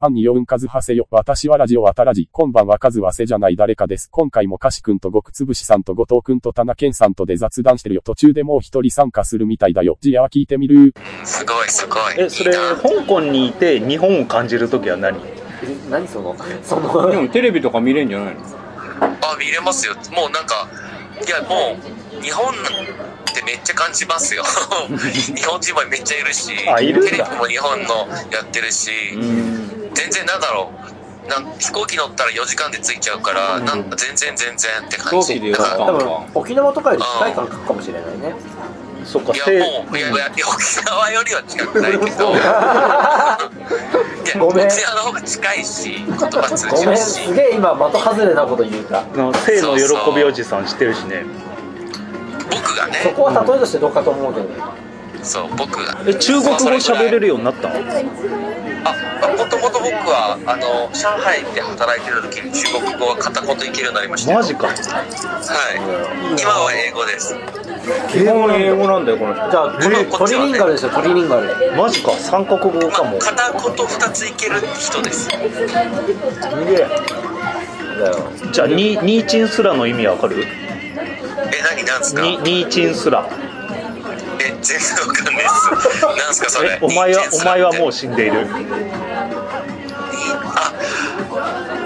アンにようんかずはせよ。私はラジオわたらじ。今晩は数はせじゃない誰かです。今回もかしくんとごくつぶしさんと後藤くんと田中健さんとで雑談してるよ。途中でもう一人参加するみたいだよ。ジアは聞いてみる。すごいすごい。えそれいいな香港にいて日本を感じる時は何え何そのそのでもテレビとか見れんじゃないのあ、見れますよ。もうなんか、いや、もう、日本ってめっちゃ感じます よ。日本人もめっちゃいるし、あいるんだテレビも日本のやってるし、全然なんだろう。なん飛行機乗ったら4時間で着いちゃうから、なんか全然全然って感飛行じ。機でよだかっかたらの多分沖縄とかより近い感覚かもしれないねそっかいやせいもういやいや沖縄よりは近くないけどいやごめん沖縄の方が近いし言葉通ごじめんるしすげえ今的外れなこと言うかの性の喜びおじさん知ってるしね僕がそねこは例えとしてどうかと思うけど、そう僕がえ中国語喋れるるようになったのあもともと僕はあの上海で働いてる時に中国語は片言いけるようになりましたよマジかはい今は英語です基本英語なんだよこの人じゃあトリ,、えーこっちはねリリンガルですよトリリンガルマジか三国語まかあも片言2ついける人ですすげえだよじゃあニニーチンスラの意味わかるえ何なんすかニニーチンスラえ全然わかんないですなんすかそれえお前はお前はもうう死んでいるあ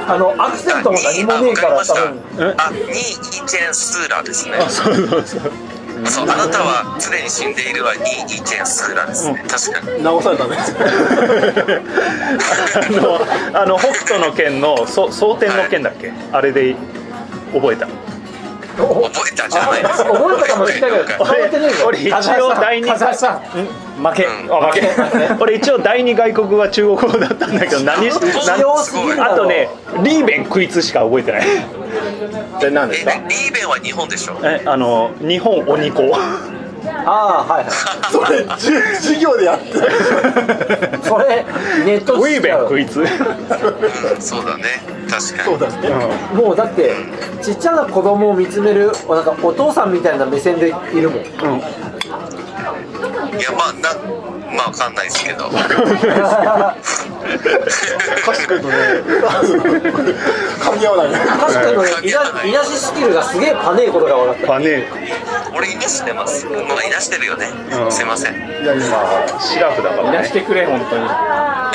あのアクセントも何もねえから多分あ、にイチェンスーラですね。あそうそうそう そう、あなたは常に死んでいるはにイチェンスーラですね。確かに。直されたねあのあの北斗の剣のそ蒼天の剣だっけあれで覚えた覚えたじゃないですか。覚えたかもしれないけど俺変わってねえよ俺一応第二風さん負けあ負け 俺一応第二外国語は中国語だったんだ けど何し強何すぎるだろあとねリーベンクイツしか覚えてないで何え、リーベンは日本でしょ。えあの日本鬼子ああはいはそれじゅ授業でやってたい それネットウィーベンクうイツうん、そうだね。確かそうに。だねもうだってちっちゃな子供を見つめるなんかお父さんみたいな目線でいるもんいや、まあ、な、まあ、わかんないですけど。賢いとね噛み合わない確かに俺いないなしスキルがすげえパネえことが分かったパネ俺、いなしてます。まあ、いなしてるよね。すいません。いや今シラフだかいららねしてくれ本当にま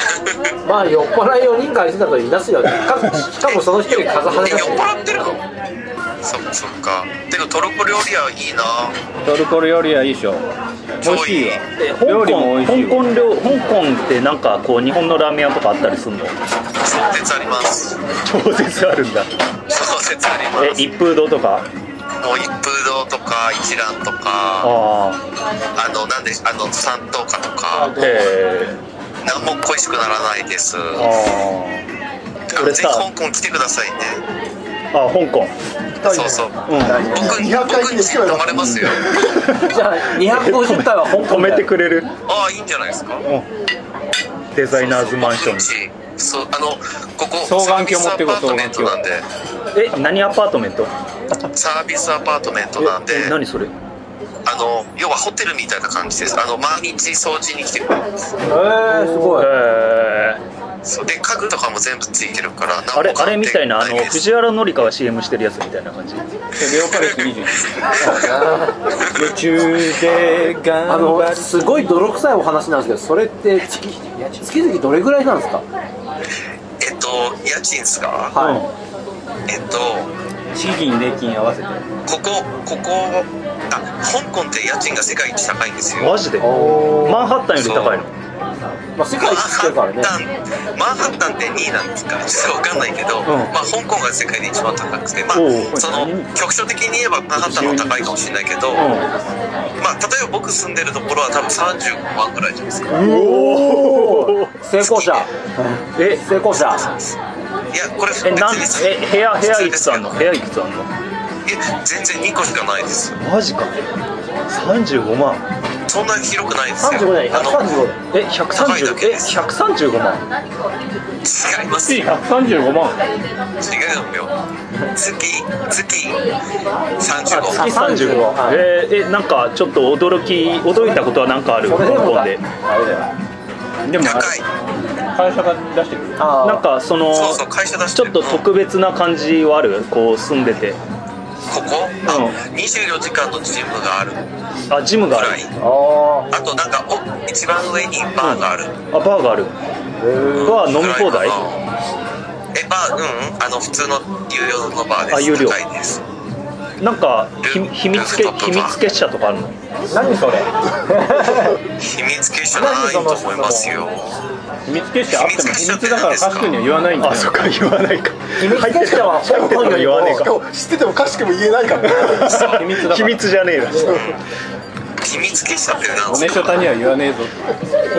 あ酔っ払い4人からしてたといなすよねかしかもその一人え、風離酔れったし払ってるのそっか、そっか。てか、トルコ料理はいいなトルコ料理はいいでしょ美味しいよえ香料港理も美香味しいよ港料香港ってなんかこう日本のラーメン屋とかあったりすんの超絶あります。超絶あるんだ超絶ありまえす。一風堂とかもう一風堂とか、一蘭とか、ああの、なんでし、あの、三等価とか。あへえ何も恋しくならないです。あーだから俺ぜひさ香港来てくださいね。あ香港そうそう。僕うんに200回僕目にで頼まれますよ。じゃあ250回は香止港めだてよくれるああいいんじゃないですか。デザイナーズマンションン。にそうあのここ双眼鏡持ってこサービスアパートメントなんでえ何アパートメントサービスアパートメントなんでえ何それあの要はホテルみたいな感じですあの毎日掃除に来てくれますえー、すごいえそうで家具とかも全部ついてるから何もあれあ買れっみてたいなあいのです藤原紀香が CM してるやつみたいな感じでレオパレス21夢中であ頑張のるすごい泥臭いお話なんですけどそれって月月々どれぐらいなんですかえっと家賃ですかはえっと資金礼金合わせてここここあ香港って家賃が世界一高いんですよマジでいおー、マンハッタンより高いのまあ、世マ界ン一知ってハるからねッタン、マンハッタンって2位なんですかちょっとわかんないけど、まあ香港が世界で一番高くて、まあおうその局所的に言えばマンハッタンの方が高いかもしれないけど、まあ例えば僕住んでるところは多分35万ぐらいじゃないですか。いおー成功者え成功者やこれ別えなんにえ部屋部屋普い通でくすつあけんどの部屋いくつあんのいや全然2個しかないですよ。マジか35万そんなに広くないですよ。 35だよあの135だよえ高いだ130けえです135万違いますよ。 135万違うよ。月月35あ万。月35はいえーえなんかちょっと驚き驚いたことはなんかあるそ香れでも港だであれだよでも高い。香会社が出してくるあーなんかそのそうそう会社出してちょっると特別な感じはあるこう住んでてここ、あ24時間のジムがあるぐあジムがあるらいああとなんかお一番上にバーがあるあバーがあるバー飲み放ぐら題いかなえバーうんあの普通の有料のバーですあ有料高いですなんかひ秘密け秘密結社とかあるの何それ秘密結社ないと思いますよ秘密結社あっても秘密秘密結だから社って何ですかカシ君には言わないんだよあそっか言わないか秘密結社は入ってるの言わねえしかかも知っててもかしくも言えないから秘密だから秘密じゃねえな秘密結社って何おでねすしかょたには言わねえぞ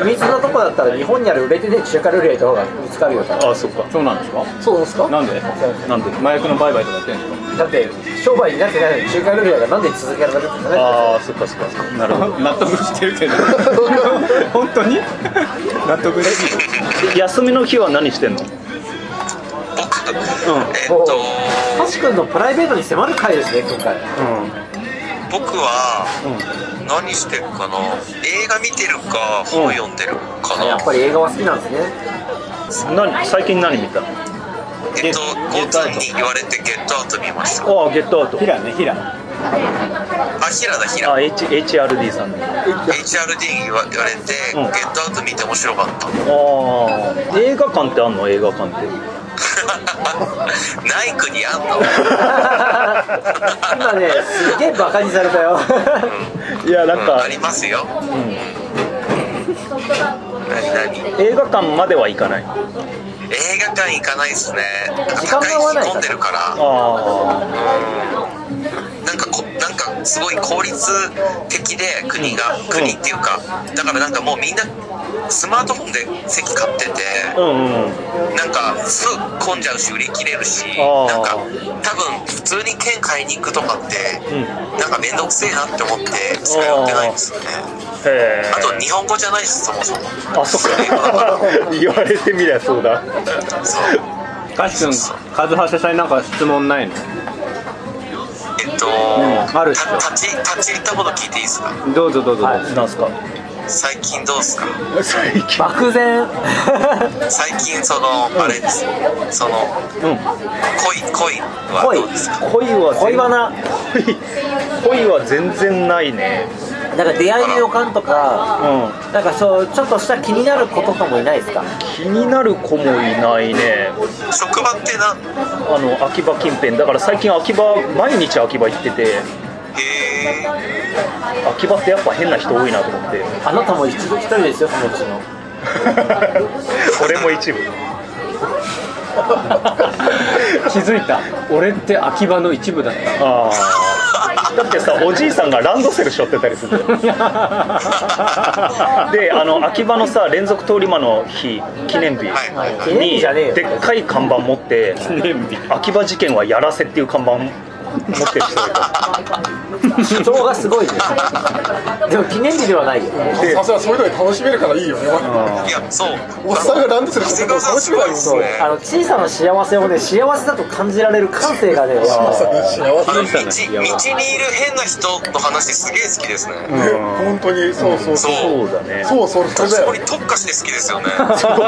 秘密のとこだったら日本にある売れてねえ中華料理屋行った方が見つかるよ多分あそっかそうなんですかそうですかなんでなんで麻薬の売買とかやってんですかだって商売になってないのに中華料理屋がなんで続けられてるんだねああそっかそっかそっかなるほど納得してるけ ど本当に納得できる休みの日は何してんの僕、えっとカシ君のプライベートに迫る回ですね今回僕は何してるかな映画見てるか本読んでるかな、やっぱり映画は好きなんですね何最近何見たあえっとゲゴッートアウトツンに言われてゲットアウト見ましたあゲットアウトヒラねヒラあヒラだヒラあ H HRD さんのあ HRD に言わ言われて、うんゲットアウト見て面白かった あ映画館ってあんの映画館ってない国あんの今ねすげえバカにされたよいやなんうんかありますよ、何何映画館までは行かない映画館行かないですねなんか時間高いが合わない日混んでるからあなんかこなんかすごい効率的で国が、国っていうかだからなんかもうみんなスマートフォンで席買ってて、あうんうんなんかすぐ混んじゃうし売り切れるしあーなんか多分普通に券買いに行くとかって、なんか面倒くせえなって思って使い寄ってないんですよねへえあと日本語じゃないしそもそもあそっか言われてみりゃそうだそうカシ君カズハシャさんになんか質問ないのえっと、あるっしょた立ち立ち入ったこと聞いていいですかどうぞどうぞどうぞ、なんすか最近どうですか最近 漠然最近そのあれですその、恋恋は恋どうですか恋は恋バナ恋恋は全然ないねなんか出会いの予感とかうんなんかそうちょっとした気になることともいないですか気になる子もいないね職場ってなあの秋葉近辺だから最近秋葉毎日秋葉行っててへえ秋葉ってやっぱ変な人多いなと思ってあなたも一度一人ですよそのうちの俺も一部気づいた俺って秋葉の一部だっああだってさおじいさんがランドセル背負ってたりするんだよたであの秋葉のさ連続通り魔の日記念日はいはいはい記念日にじゃねえよでっかい看板持って念日秋葉事件はやらせっていう看板持ってる人がいた主張がすごいね でも記念日ではないよさすがそういうのが楽しめるからいいよねいやそうおっさんがランドセル長谷川背負ってるのさん楽すしめごなでいいもんすねあの小さな幸せをね幸せだと感じられる感性がね幸あの道せ道にいる変な人の話すげえ好きですね、本当にそうそうそそううそうだねそうそうそれだそこによ特化して好きです よね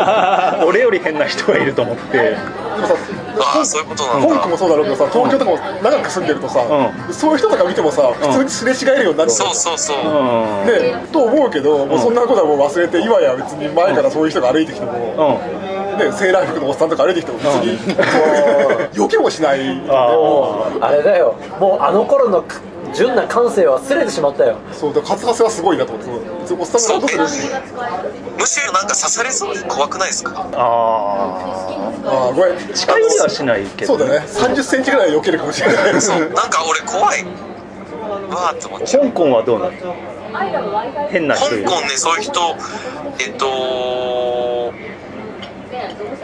俺より変な人がいると思ってでもさああそういうことなん文句だもそうだろうけどさ東京とかも長く住んでるとさ、うそういう人とか見てもさ普通にすれ違えるようになっちゃそううそうそう、うんでと思うけど、もうそんなことはもう忘れて今や別に前からそういう人が歩いてきても、うんね、セーラー服のおっさんとか歩いてきても別に、避けもしないああれだよもうあの頃の純な感性は忘れてしまったよそうだからカツカツはすごいなと思ってそうおっさんがランドセルむしろなんか刺されそうで怖くないですかあああごめん近寄りはしないけそどうだね3 0センチぐらいは避けるかもしれないそうなんか俺怖いわーって思っちゃう香港はどうなの変な人い香る港ね、そういう人、えっと、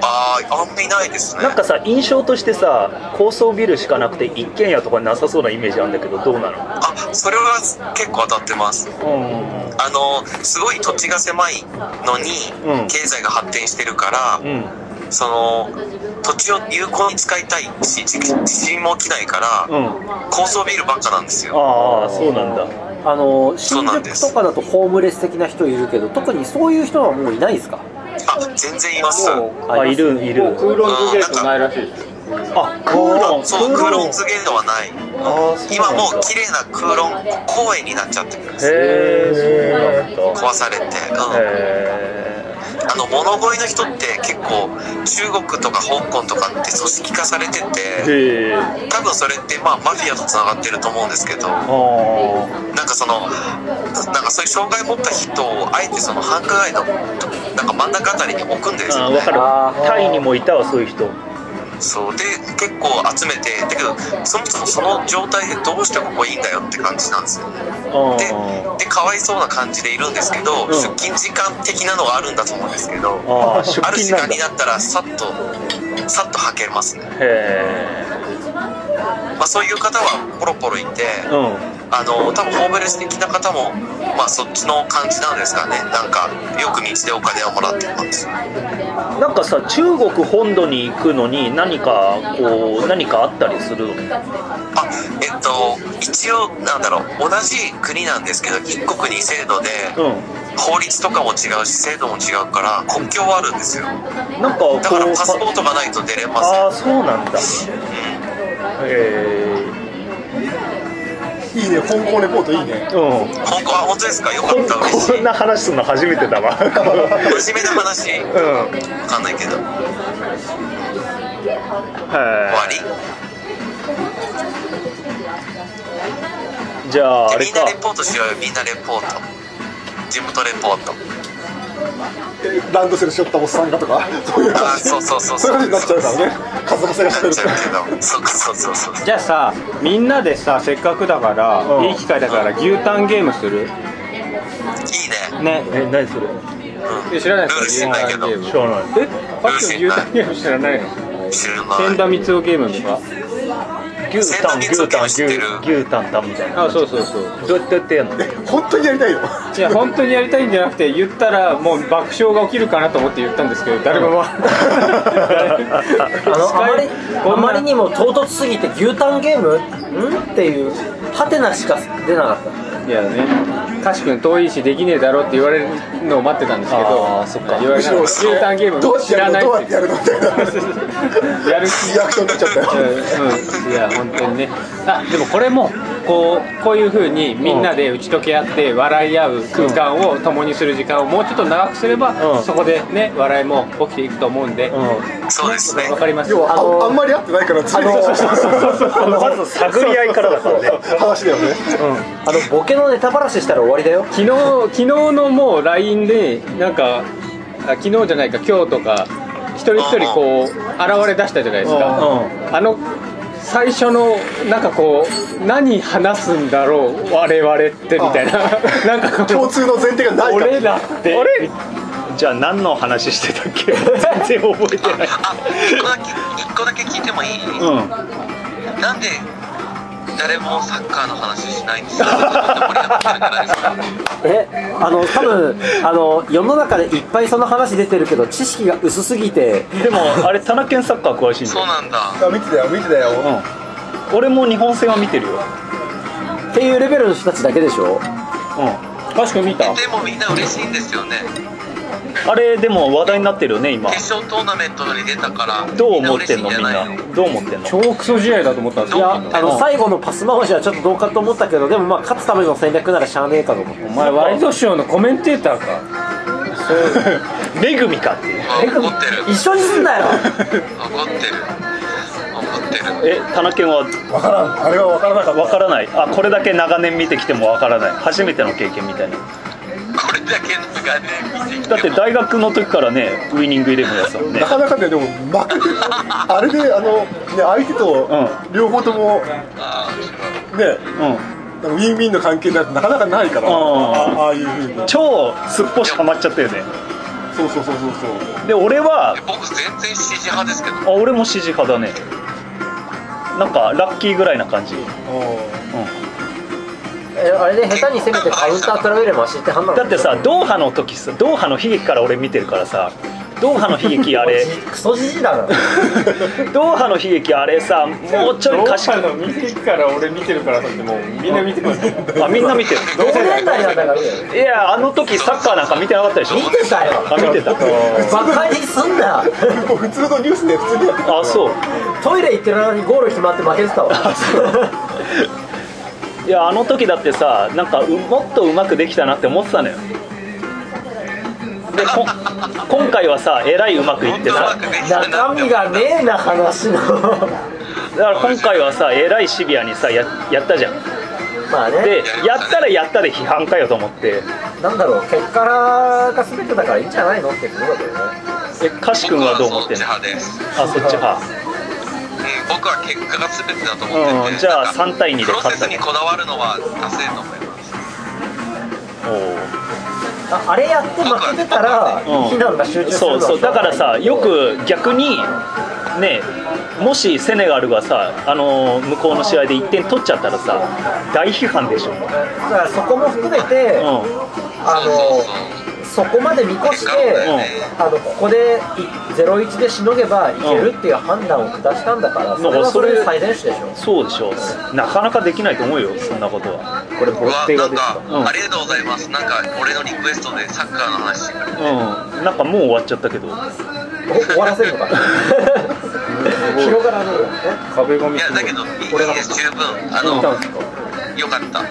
あーあんまいないですね。なんかさ印象としてさ高層ビルしかなくて一軒家とかなさそうなイメージあるんだけどどうなのあ、それは結構当たってます。うんあの、すごい土地が狭いのうんに、経済が発展してるから、うんその、土地を有効に使いたいし、地地震も起きないかうら、ん高層ビルばっかなんですよ。ああそうなんだあのそう新なんで宿すとかだとホームレス的な人いるけど特にそういう人はもういないですかあ、全然います。あいるいるもう空論ズゲートないらしいですよあクーロンそう、ク空ーロ論ンズゲートはない。ああそ今もう綺麗な空論公園になっちゃってるんです。へえそうなんだ壊されて。うん。へあの物乞いの人って結構中国とか香港とかって組織化されてえてへえ多分それってまあマフィアとつながってると思うんですけどああなんかそのなんかそういう障害を持った人をあえてその繁華街のなんか真ん中あたりに置くんですよあ分ねかるあータイにもいたわそういう人そうで結構集めてだけどそもそもその状態でどうしてここいいんだよって感じなんですよねあでーでかわいそうな感じでいるんですけど、ん出勤時間的なのがあるんだと思うんですけどあー出ある時勤間なんにだなったらさっとさっと履けますねへまあ、そういう方はポロポロいて、えうんあの多分ホームレス的な方も、まあ、そっちの感じなんですかねなんかよく道でお金をもらってますなんかさ中国本土に行くのに何かこう何かあったりするのあえっと一応なんだろう同じ国なんですけど一国二制度でう法律とかも違うし制度も違うから国境はあるんですよんなんかこうだからパスポートがないと出れませんああそうなんだへいいね、香港レポートいいねえ。うん香港は本当ですかよかった嬉しこいんな話するの初めてだ わ真面目な話うんへわかんないけど終わりえじゃああれみんなかレポートしようよみんなレポート地元レポートえランドセルしょったおっさんがとか、そういうあー話。そうそうそうそういうそう話になっちゃうからね。数稼がしなてっるちゃうけどそうそうそうそう じゃあさみんなでさせっかくだから、うんいい機会だから牛タンゲームするいいねねえ何それえ知らないルールです知からないけ牛タどンゲーム知らないえさっきの牛タン知ゲーム知らないのらな千い田光雄ゲームとか牛タン牛タン牛知ってる牛タンタンみたいなあそうそうそうどうやってやってやんの本当にやりたいよ。いや本当にやりたいんじゃなくて言ったらもう爆笑が起きるかなと思って言ったんですけど誰もあのあまりあまりににも唐突すぎて牛タンゲームんっていうハテナしか出なかったいやねカシ君遠いしできねえだろって言われるのを待ってたんですけどあーそっか言われなかった後ろ牛タンゲームどう知やらるなのいどうっやっててやるのみたいな。やる気リアクションになっちゃっ たよ。うんうんいや本当にねあでもこれもこうこういうふうにみんなで打ち解け合って笑い合う空間を共にする時間をもうちょっと長くすれば、うんそこでね笑いも起きていくと思うんで、わうそうですねかります要はあのあ、あんまり会ってないから、常にそうそうそうそうんまず探り合いからだからね話だよね。あのボケのネタばらししたら終わりだよ昨日昨日のもう LINE でなんかあ昨日じゃないか今日とか一人一人こう現れ出したじゃないですかうあの最初のなんかこう何話すんだろう我々ってみたいな なんかこ共う通の前提がないから。俺らってんあれじゃあ何の話してたっけ全然覚えてないあ一個だけ一個だけ聞いてもいい、うんなんで誰もサッカーの話しないんですかえあの多分あの世の中でいっぱいその話出てるけど知識が薄すぎてでもあれ田中健サッカー詳しいんだそうよ、なんだあ見てたよ、見てたよ。うん、俺も日本戦は見てるよ、っていうレベルの人たちだけでしょうかしく見たでもみんな嬉しいんですよねん、あれでも話題になってるよね今決勝トーナメントに出たからどう思ってんのみみんんな嬉しいんじゃないなどう思ってんの超クソ試合だと思ったんですいよやいやあの最後のパス回しはちょっとどうかと思ったけどでもまあ勝つための戦略ならしゃあねえかと思ってお前ワイドショーのコメンテーターかめぐみかっていうあ怒ってる一緒にすんなよ怒ってる怒ってるえ田中健はわからん。あれはわからなかっわからないあこれだけ長年見てきてもわからない初めての経験みたいなこれだけのがね見てきだってても大学の時からねウイニングイレブンやってたもんた。ねなかなかね、でも、負けて、あれで、あの、ね、相手とう、両方とも、ね、うんなんかウィンウィンの関係になってなかなかないから、うんあああいうふうに。超すっぽしハマっちゃったよねそうそうそうそうそう。で俺はえ僕全然支持派ですけどあ俺も支持派だねなんかラッキーぐらいな感じえあれで下手に攻めてカウンター食らうよりマシって判断だってさドーハの時さドーハの悲劇から俺見てるからさドーハの悲劇あ れクソじじだなドーハの悲劇あれさもうちょい賢の見てから俺見てるからってもうみんな見てくるくあみんな見てる同年代なんだからいやあの時サッカーなんか見てなかったでしょ見てたよあ見てたバカにすんなもう普通の ニュースで普通にやってあたそうトイレ行ってる間にゴール決まって負けてたわいやあの時だってさなんかうもっとうまくできたなって思ってたのよでこ今回はさえらいうまくいもっってとうまさくできたな中って思身ったがねえな話のだから今回はさえらいシビアにさややったじゃんまあねでやったらやったで批判かよと思ってなんだろう結果が全てだからいいんじゃないのってことだけどねえカシ君はどう思ってんの僕はそっち派ですあそっち派うん僕は結果が全てだと思ってて、うんじゃあなんか3対2でプロ勝セったスねにこだわるのは達成と思いますおああれやって負けてたらーうん避難が集中するのそうそはうだからさよく逆にねもしセネガルがさあのー向こうの試合で1点取っちゃったらさ大批判でしょ、だからそこも含めて、うん、あそうそうのそこまで見越して、うんあのここで0-1でしのげばいけるっていう判断を下したんだから、うんそれはそれなんでかそれ最善手でしょそうでしょうなかなかできないと思うよそんなことはこれうわなんか、うんありがとうございますなんか俺のリクエストでサッカーの話してくれ てうんなんかもう終わっちゃったけどお終わらせるのか広がらないよね壁紙いやだけどいいいいです十分あのよかったう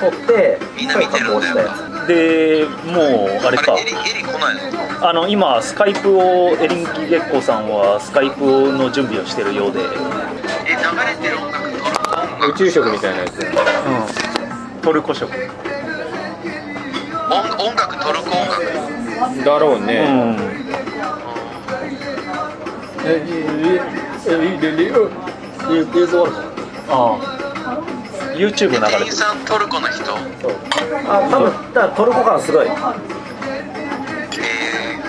取ってみんな見てるんだよ声なかんでもうあれかあれエリエリ来ないのあの今スカイプをエリン・ゲッコさんはスカイプの準備をしてるようで、え流れてる音楽と音楽宇宙食みたいなやつトルコ色音音楽トルコ音楽だろううね、んああ映像あるから YouTube 流れ店て員るさんトルコの人あ多分だからトルコ感すごいえ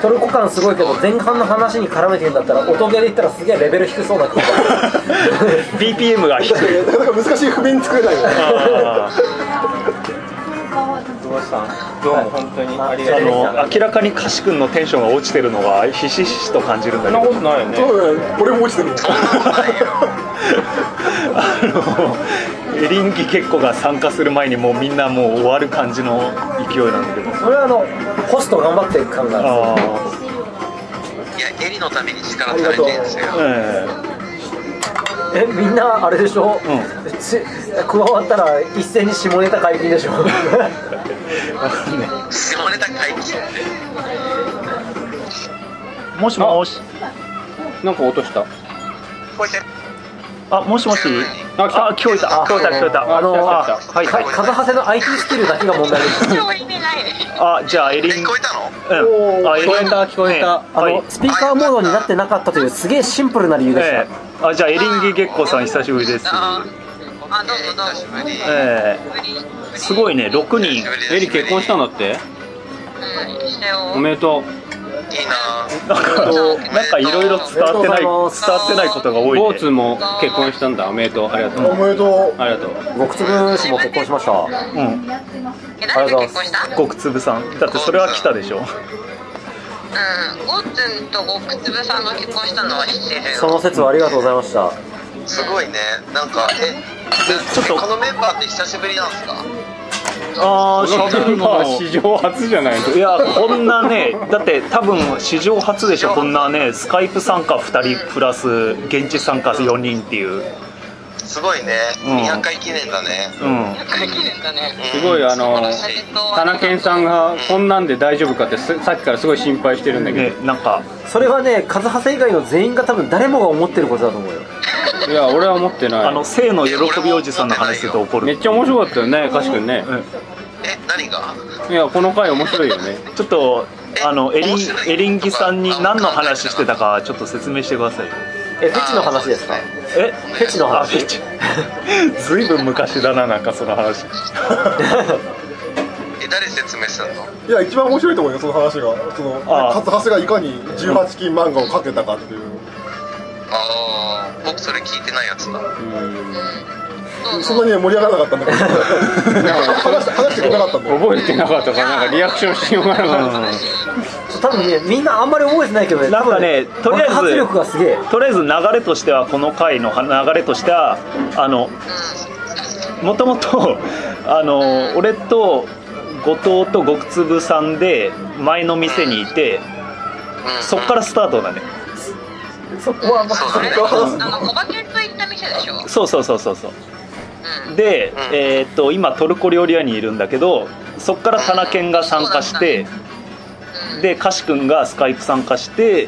トルコ感すごいけど前半の話に絡めてるんだったら音ゲーで言ったらすげえレベル低そうな感じ BPM が低いいやなかなか難しい譜面作れないよねあどうも本当にありーがあとうの明らかにカシ君のテンションが落ちてるのがひしひしと感じるんだそけどんなことないよねそうだね俺も落ちてるもんあのエリンギ結構が参加する前にもうみんなもう終わる感じの勢いなんだけどそれはあのホスト頑張っていく感があるあー、いやエリのために力足りてるんですよあええみんなあれでしょ、うち加わったら一斉に下ネタ解禁でしょえわかんね下ネタ解禁ってえもしもしなんか落としたこうやってあもしもしあ来聞たこえた聞こえた聞こえたあのあかはいカズハセの IT スキルだけが問題ですあじゃあエリン聞こえたのうんあエリン聞こえた聞こえねたあの、はいスピーカーモードになってなかったというすげえシンプルな理由でした、ええあじゃあエリンギ月光さん久しぶりですああどうぞどうぞ久しぶりええすごいね6人エリ結婚したんだっておめでといいななんかなんかいろいろ伝わってない伝わってないことがう多いボねーツも結婚したんだおめでとうありがとおうめでとありがとう極粒子も結婚しましたうんえ、なんで結婚したうん、極粒さんだってそれは来たでしょゴーツンとゴクツブさんが結婚したのは知ってるそよの説はありがとうございましたうすごいねなんかえちょっとえこのメンバーって久しぶりなんですかああこのメンバー史上初じゃないのいやこんなねだって多分史上初でしょこんなねスカイプ参加2人プラス現地参加4人っていうすごいねうん200回記念だねうん書きれたねすすごいあの素晴らしい田中健さんがこんなんで大丈夫かってすさっきからすごい心配してるんだけねなんかそれはねカズハセ以外の全員が多分誰もが思ってることだと思うよどいや俺は思ってあなの性の喜びおじさんの話すると怒いめるっちゃ面白かったよねかしくんねえ何がいやこの回面白いよねちょっとあのエリン面白いエリンギさんに何の話してたかちょっと説明してくださいよえフェチの話ですかえフェチのあ話フェチ ずいぶん昔だななんかその話え誰説明すんのういや一番面白いと思うよその話がそのああ勝橋がいかに18禁漫画を描けたかっていうああ僕それ聞いてないやつだそんなには盛り上がらなかったんだけど話して話してくれなかったんだよ覚えてなかったからなんかリアクションしようがなかっ多分ねみんなあんまり覚えてないけどねなんかね多分とりあえず爆発力がすげえとりあえず流れとしてはこの回の流れとしてはあのもともとあの俺と後藤と極粒さんで前の店にいてうんそっからスタートだねそこはまあそうそだねこはあの、小バケンと行った店でしょ。うん。そうそうそうそうそううん。で、うんえーっと今トルコ料理屋にいるんだけどそっからタナケンが参加してでカシ君がスカイプ参加して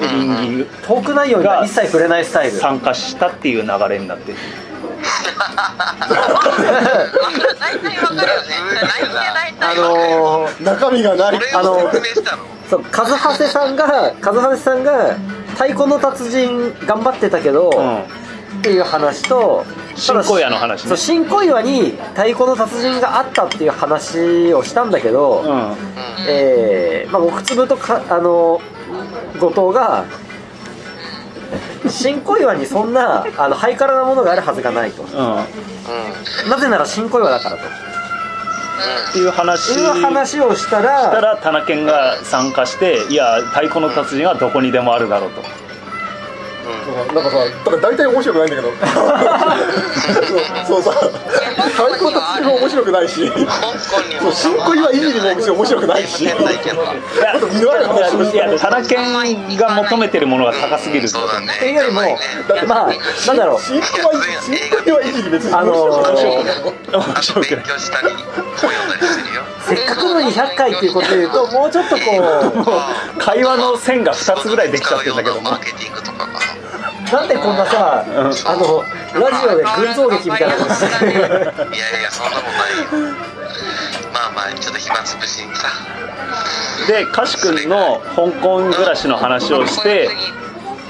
リンギングトーク内容には一切触れないスタイル参加したっていう流れになってる大体わかるよね。大体大あ体のわかる。ー、中身がないあの俺を説明したのそうカズハセさんがカズハセさんが太鼓の達人頑張ってたけど、うんっていう話と新小岩の話ねそう新小岩に太鼓の達人があったっていう話をしたんだけど、うんえーまあ、奥粒とかあの後藤が新小岩にそんなあのハイカラなものがあるはずがないとうんうんなぜなら新小岩だからとっていう話いう話をしたらしたらタナケンが参加していや太鼓の達人はどこにでもあるだろうとなんかさ、だから大体面白くないんだ けど。そうそうさ、最高達人も面白くないし、香港にそうも新恋はいいにも別に面白くないし、天体験だいやあと見られるかもしれないいやいやタナケンが求めてるものが高すぎるそうだねっていうよりもやばいねまあなんだろう新恋はいい、新恋はいいに別に面白くないし。あ面と白く勉ない強したり本読んだりしてるよせっかくの200回っていうことで言うともうちょっとこうもう会話の線が2つぐらいできちゃってるんだけど使うようなマーケティングとかがなんでこんなさあのラジオで群像劇みたいなことしてるいやいやそんなことないよまあまあちょっと暇つぶし にさでカシ君の香港暮らしの話をして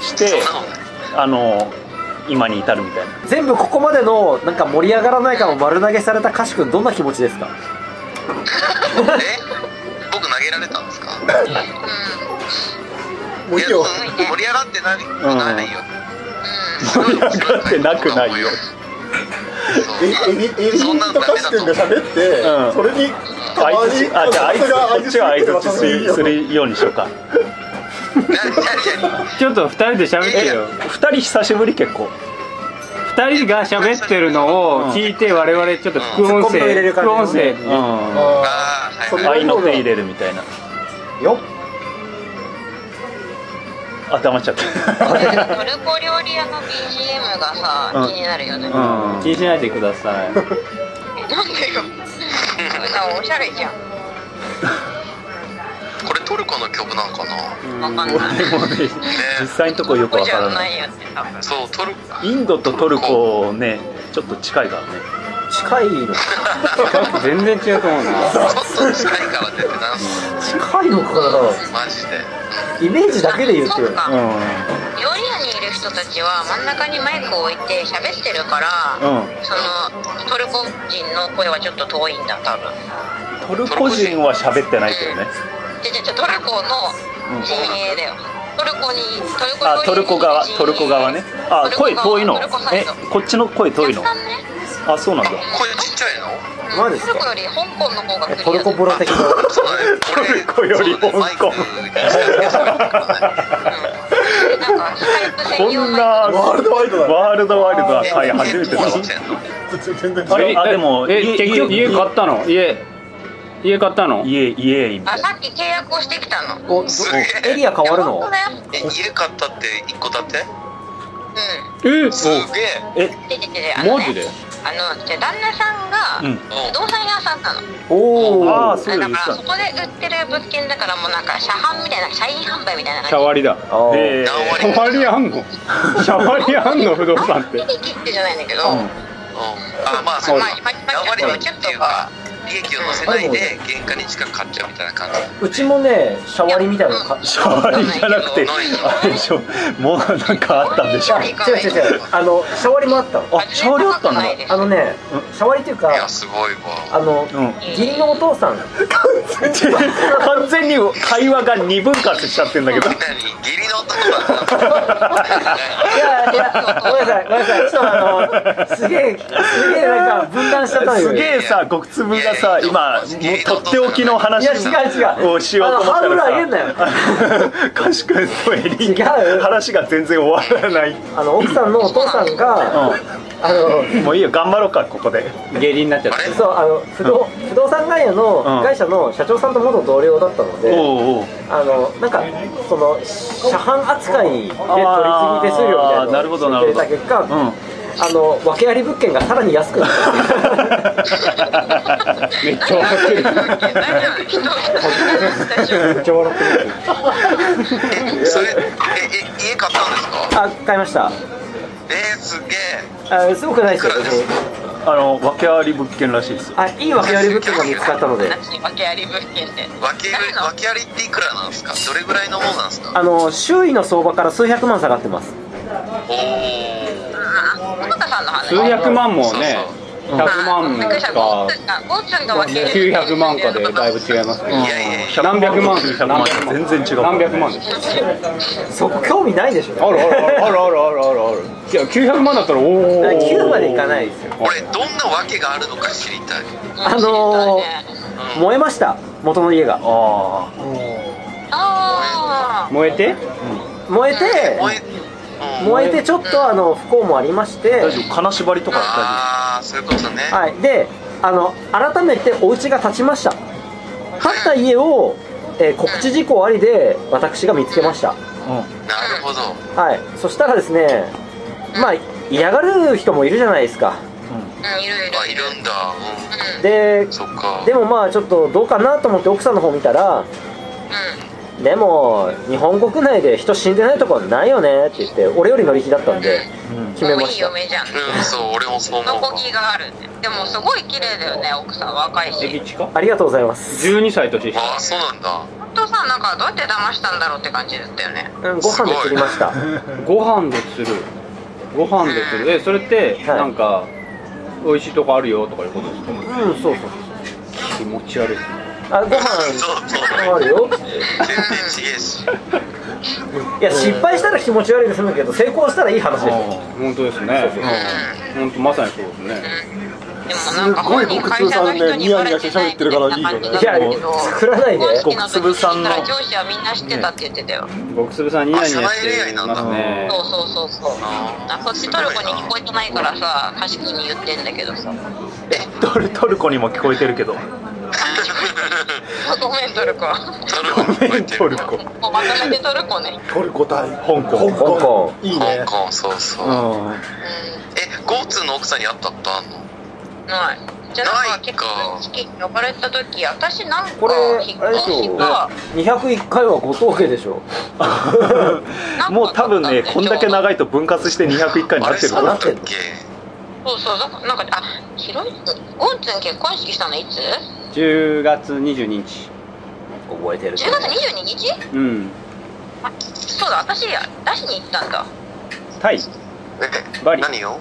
してそんなことないあの今に至るみたいな全部ここまでのなんか盛り上がらない感を丸投げされたカシ君どんな気持ちですかえ僕投げられたんですかもういいよ。や盛り上がってなくないよ、盛り上がってなくないよえ、そうえ、え、え、そんなのとダカメシだ君がと喋って、うんそれに、たま相に槌あじゃあ相槌こっちは相相槌するするようにしようか何何何ちょっと二人で喋ってよ2人久しぶり結構二人が喋ってるのを聞いて我々ちょっと副音ツッコミを入れ声る感副じの音声うん合あーはいはいいの手入れるみたいなよあ黙っちゃった トルコ料理屋の BGM がさ、気になるよね。なんうん気にしないでくださいでよ。さ、おしゃれじゃん。これトルコの曲なんかなわかんない。でもね実ね際のとこよくわからなないいよね、多分。そうトルコインドとトルコをねちょっと近いからね近いの全然違うと思うなちょっと近いから出てなんす近いのかなマジでイメージだけで言ってそるうか。料理屋にいる人たちは真ん中にマイクを置いて喋ってるから、うん、うん、そのトルコ人の声はちょっと遠いんだ多分トルコ人は喋ってないけどねじゃじゃじゃトルコの陣営だよ、トルコにトルコあトルコ側陣営トルコ側ねあト声ルコ側遠いのトルコサイえドこっちの声遠いの若干ねあそうなんだ声ちっちゃいのうマんジっすかトルコより香港の方がクリアトルコボボロ的なそうだねトルコより香港なんかスカイプこ専用んマイなワールドワイドだね。ワールドワイルドはははいい初めてだわ全然違うあれあでもえ家結局家家買ったの家家買ったの家家みクたあいなさっき契約をしてきたのおどすげえエリア変わるいや本当のだよえ家買ったって一戸建てうえすげええんでででであのねマジであのじゃあ旦那さんが、うん不動産屋さんなのおああーそうだだ言ってかたらそこで売ってる物件だからもうなんか車販みたいな社員販売みたいなシャ感ワリだあーえ何割シャワリあんのシャワリあんの不動じ産って利益ってじゃないんだけど、うんあまあそうだ何割まあもっていうか利益を乗せないで原価に近く買っちゃうみたいな感じうちもねシャワリみたいなのかシャワリじゃなくてあれでしょもうなんかあったんでしょ あ違う違う違うあのシャワリもあったのあシャワリあったんだ初めてあのねシャワリっていういかやすごいわあのうん義理のお父さん完全に会話が二分割しちゃってんだけど何 義理の男だいやいや、ごめんなさい、ごめんなさい、ちょっとあの、すげえ、すげえなんか分断しちゃったのよ。すげえさ極粒がさ今もうとっておきの話いや違う違うをしようと思ったらあのハードル上げんなよ さかしくんとエリン違う話が全然終わらないあの奥さんのお父さんがあのもういいよ頑張ろうかここで下痢になっちゃっあれそうあの不動不動産会社のうん会社の社長さんと元同僚だったので、おうおうあのなんかその車販扱いで取り次ぎ手数料みたいなあーなるほのをどなるほどた結果、うんあの訳あり物件がさらに安くな ったっていうめっちゃ笑ってる人大丈夫めっちゃ笑ってるえそれええ家買ったんですかあ買いましたえー、すげえあすごくないですよいくらですあの訳あり物件らしいですよあいい訳あり物件が見つかったので何訳あり物件って訳あり訳ありっていくらなんですかどれぐらいのものなんですかあの周囲の相場から数百万下がってますおお浜田さんの話数百万もね100万びっくりしたゴかーツンがゴーツンが訳あり900万かでだいぶ違いますいねやいやいや何百万100万全然違う何百万ですそこ興味ないでしょあるあるあるあるあるあるあるいや900万だったらおお9までいか ないですよ俺どんな訳があるのか知りたいあのー燃えました元の家がああ燃えて燃えて燃え、うん、燃えてちょっとあの不幸もありましてあ大丈夫金縛りとか大ああそういうことねはい、であの改めてお家が建ちました建った家を、えー告知事項ありで私が見つけましたなるほどはいそしたらですねまあ嫌がる人もいるじゃないですかーうんいるいあるいいるるんだ、うん、うんでそっかでもまあちょっとどうかなと思って奥さんの方見たらうでも日本国内で人死んでないとこはないよねって言って俺より乗り気だったんで決めんもまういいした嫁じゃんうんそう俺もそう思うわノコギがあるんででもすごい綺麗だよね奥さん若いし駅近ありがとうございます、 12歳年下ああそうなんだ本当さなんかどうやって騙したんだろうって感じだったよねうん、ご飯で釣りましたご飯で釣るご飯で釣るえそれってはいなんか美味しいとこあるよとかいうことですかうんそうそう気持ち悪いですねあご飯そうそうあるよ全然違えしいや失敗したら気持ち悪いでするけど成功したらいい話でしょ本当ですねうん本当まさにそうですねでもなんか本人会社の人にバレてないみたいな感じだっいやたけど作らないで本式の時にら上司はみんな知ってたって言ってたよ、僕つぶさんニヤニヤしてますねそうそうそうそうあこっちトルコに聞こえてないからさ端木に言ってんだけどさ体トルトルコにも聞こえてるけどごめんトルコトルコに超えてトるルコもうまとめてトルコねトルコ対香港香港香港いい香ね港そうそう、うんえゴーツーの奥さんに会ったことあんのないじゃあなんか結ないか構式に呼ばれた時私なんかこれ引あれっで越ししょが201回はご当家でしょもう多分ねこんだけ長いと分割して201回にあなっれてるそうだったっけそうそうだからなんかあ広いゴンツン結婚式したのいつ10月22日覚えてる10月22日うんあそうだ私出しに行ったんだタイえバリ何よ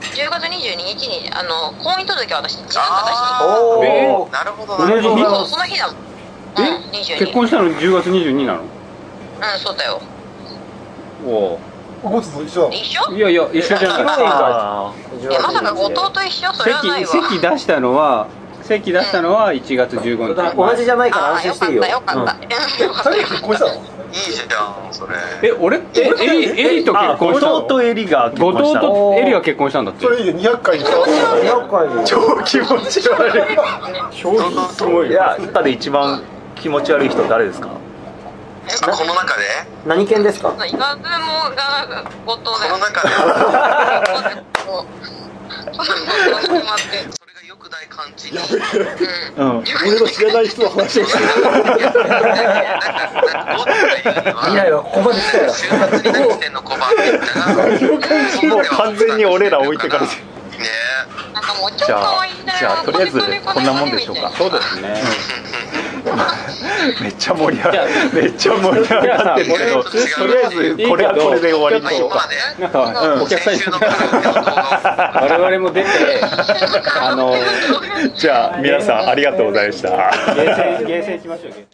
10月22日にあの婚姻届私自分が出しに行ったあおえおあなるほど同なるじほ日どそうその日だもんうんえ22結婚したの10月22なのうんそうだよおゴツと一緒なの一緒おいやいや一緒じゃないあえまさか後藤と一緒それはない席わ席出したのは席出したのは1月15日同じじゃないからあ安ー心してよかいいっよたよかった、うんよかった二人で結婚したのいいじゃんそれえ俺ってエリエリとーあ結後婚し藤たの後とエリが結婚した藤とエリが結婚したんだってそれいいね200回にした200回で超気持ち悪いすごいいや中で一番気持ち悪い人誰ですかあこの中で何県ですかイワズモが後藤こだよの中でこうこの後藤に待ってそれが良くない感じになんかうん俺の知らない人の話をしてるなんかゴーツーが言うには未来はここまで来たよ週末に何してんの小判って言ったらもう完全に俺ら置いてかれてるねなんかもう超可愛いんだよじゃあとりあえずこんなもんでしょうかそうですねめっちゃ盛り上がめっちゃ盛り上がってるけどとじゃあさりあえずこれはこれで終わりにしよう今かねなんか、うんお客さんに先週のカラオケの動画 を我々も出てあの じゃあ皆さんありがとうございました厳正厳正しましょう